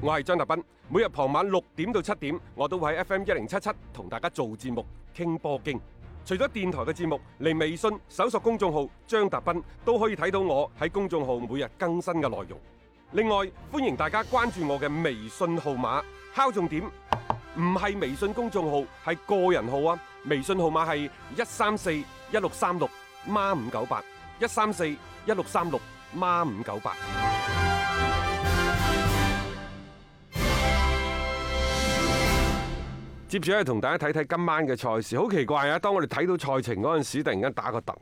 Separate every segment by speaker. Speaker 1: 我係張達斌，每日傍晚六點到七點，我都會喺 FM 一零七七同大家做節目傾波經。除咗電台嘅節目，嚟微信搜索公眾號張達斌都可以睇到我喺公眾號每日更新嘅內容。另外，歡迎大家關注我嘅微信號碼，敲重點，唔係微信公眾號，係個人號啊！微信號碼係一三四一六三六孖五九八一三四一六三六孖五九八。接住咧，同大家睇睇今晚嘅賽事，好奇怪啊！當我哋睇到賽程嗰陣時，突然間打個突。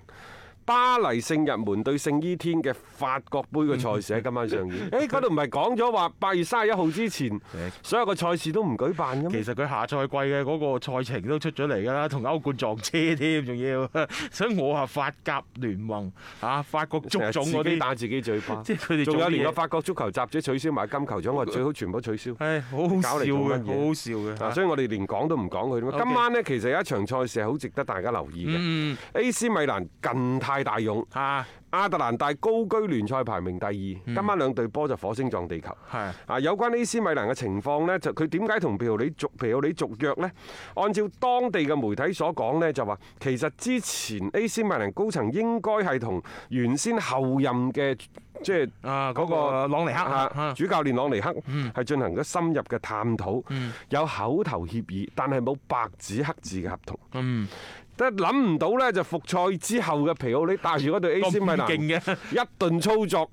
Speaker 1: 巴黎聖日門對聖伊天嘅法國杯嘅賽事喺今晚上演。誒，嗰度唔係講咗話八月三十一號之前，所有嘅賽事都唔舉辦嘅咩
Speaker 2: 其？實佢下賽季嘅嗰個賽程都出咗嚟㗎啦，同歐冠撞車添，仲要。 所以我話法甲聯盟啊，法國足總嗰
Speaker 1: 自己
Speaker 2: 啲，
Speaker 1: 打自己嘴巴，
Speaker 2: 即係佢哋
Speaker 1: 仲
Speaker 2: 做啲
Speaker 1: 有
Speaker 2: 嘢啊
Speaker 1: 連個法國足球雜誌取消埋金球獎，我話最好全部取消。
Speaker 2: 唉，好好笑
Speaker 1: 搞嚟
Speaker 2: 嘅，
Speaker 1: 做乜
Speaker 2: 好
Speaker 1: 嘢啊
Speaker 2: 好笑嘅。啊
Speaker 1: 嗱，所以我哋連講都唔講佢啦
Speaker 2: OK
Speaker 1: 今晚呢，其實有一場賽事係好值得大家留意嘅。
Speaker 2: 嗯
Speaker 1: AC 米蘭近太大勇，
Speaker 2: 啊，
Speaker 1: 亞特蘭大高居聯賽排名第二。
Speaker 2: 嗯
Speaker 1: 今晚兩隊波就火星撞地球。
Speaker 2: 係
Speaker 1: 啊，有關 AC 米蘭嘅情況呢，就佢點解同皮奧里續皮奧里續約呢？按照當地嘅媒體所講呢，就話其實之前 AC 米蘭高層應該係同原先後任嘅即係。
Speaker 2: 啊，嗰
Speaker 1: 嗰
Speaker 2: 個
Speaker 1: 個
Speaker 2: 朗尼克
Speaker 1: 啊
Speaker 2: 啊，嗯
Speaker 1: 主教練朗尼克係進行咗深入嘅探討，有口頭協議，但係冇白紙黑字嘅合同。
Speaker 2: 嗯，
Speaker 1: 但係諗唔到呢，就復賽之後嘅皮奧利帶住嗰隊 AC 米
Speaker 2: 咁
Speaker 1: 蘭
Speaker 2: 勁嘅。
Speaker 1: 一頓操作，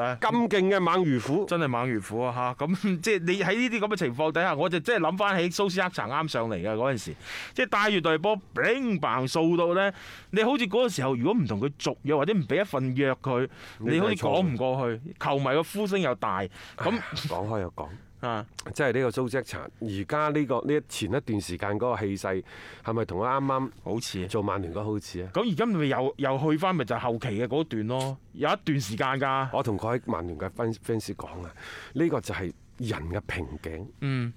Speaker 2: 啊
Speaker 1: 咁勁嘅猛如虎。
Speaker 2: 真係猛如虎啊！嚇 咁即係你喺呢啲咁嘅情況底下，我就真係諗翻起蘇斯克查啱上嚟嘅嗰陣時，即係帶住隊波 bling bang 掃到咧，你好似嗰個時候如果唔同佢續約或者唔俾一份約佢，
Speaker 1: 你
Speaker 2: 你好似
Speaker 1: 睇錯
Speaker 2: 講唔過去，球迷嘅呼聲又大，咁
Speaker 1: 講開又講，
Speaker 2: 啊
Speaker 1: 即係呢個蘇積查，而家呢個呢前一段時間嗰個氣勢係咪同佢啱
Speaker 2: 好似
Speaker 1: 啱。做曼聯嗰個好似啊？
Speaker 2: 咁而家咪又又去翻咪就係後期嘅嗰段咯，有一段時間㗎。
Speaker 1: 我同佢喺曼聯嘅 fans fans 講啊，呢個就係人嘅瓶頸。
Speaker 2: 嗯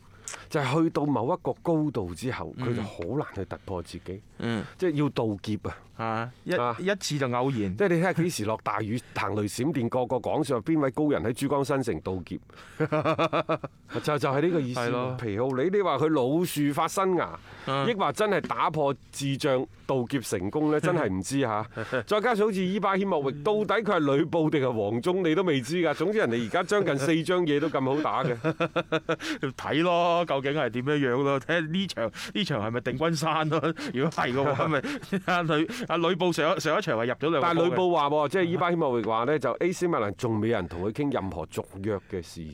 Speaker 1: 就係去到某一個高度之後，佢就好難去突破自己，
Speaker 2: 嗯
Speaker 1: 即係要渡劫啊！
Speaker 2: 啊一
Speaker 1: 啊
Speaker 2: 一次就偶然
Speaker 1: 即係你睇下幾時落大雨、行雷閃電，個個講上邊位高人喺珠江新城渡 劫，就就係呢個意
Speaker 2: 係
Speaker 1: 思
Speaker 2: 咯
Speaker 1: 嘛。皮奧里，你話佢老樹發新芽，
Speaker 2: 嗯
Speaker 1: 抑或真係打破智障渡劫成功 呢？真係唔知嚇。再加上好似伊巴謙莫域，到底佢係呂布定係黃忠，你都未知㗎。總之人哋而家將近四張嘢都咁好打 嘅。
Speaker 2: 要睇咯，究竟係點樣樣咯？睇下呢場呢場係咪定軍山咯？ 如果係 嘅話，咪阿呂阿呂布上一上一場係入咗兩個波嘅，
Speaker 1: 但係呂布話喎，即係
Speaker 2: 嗯
Speaker 1: 伊巴希莫域話呢，就 AC 米蘭仲未有人同佢傾任何續約嘅事宜。
Speaker 2: 誒，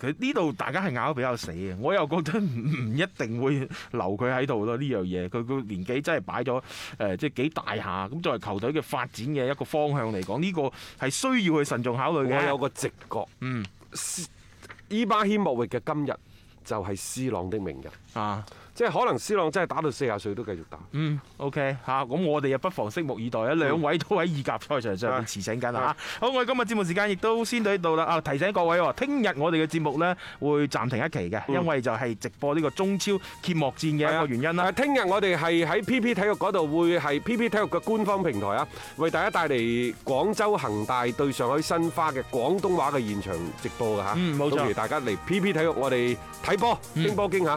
Speaker 2: 佢呢度大家係咬得比較死嘅，我又覺得唔唔一定會留佢喺度咯。呢樣嘢佢個年紀真係擺咗誒，即係幾大下。咁作為球隊嘅發展嘅一個方向嚟講，呢個係需要去慎重考慮
Speaker 1: 我
Speaker 2: 嘅。
Speaker 1: 有個直覺，
Speaker 2: 嗯
Speaker 1: 斯伊巴希莫域嘅今日就係斯朗的明日，
Speaker 2: 啊。
Speaker 1: 即係可能斯朗真係打到四十歲都繼續打。
Speaker 2: 嗯，OK 嚇，咁我哋又不妨拭目以待啊！兩位都喺意甲賽場上面馳騁緊啊！好，我哋今日節目時間亦都先到呢度啦。啊，提醒各位喎，聽日我哋嘅節目呢會暫停一期嘅，因為就係直播呢個中超揭幕戰嘅一個原因啦。
Speaker 1: 誒聽日我哋係喺 PP 體育嗰度會係 PP 體育嘅官方平台啊，為大家帶嚟廣州恒大對上海申花嘅廣東話嘅現場直播㗎嚇。
Speaker 2: 嗯冇錯嗯
Speaker 1: 到時大家嚟 PP 體育，我哋睇波，經波經嚇。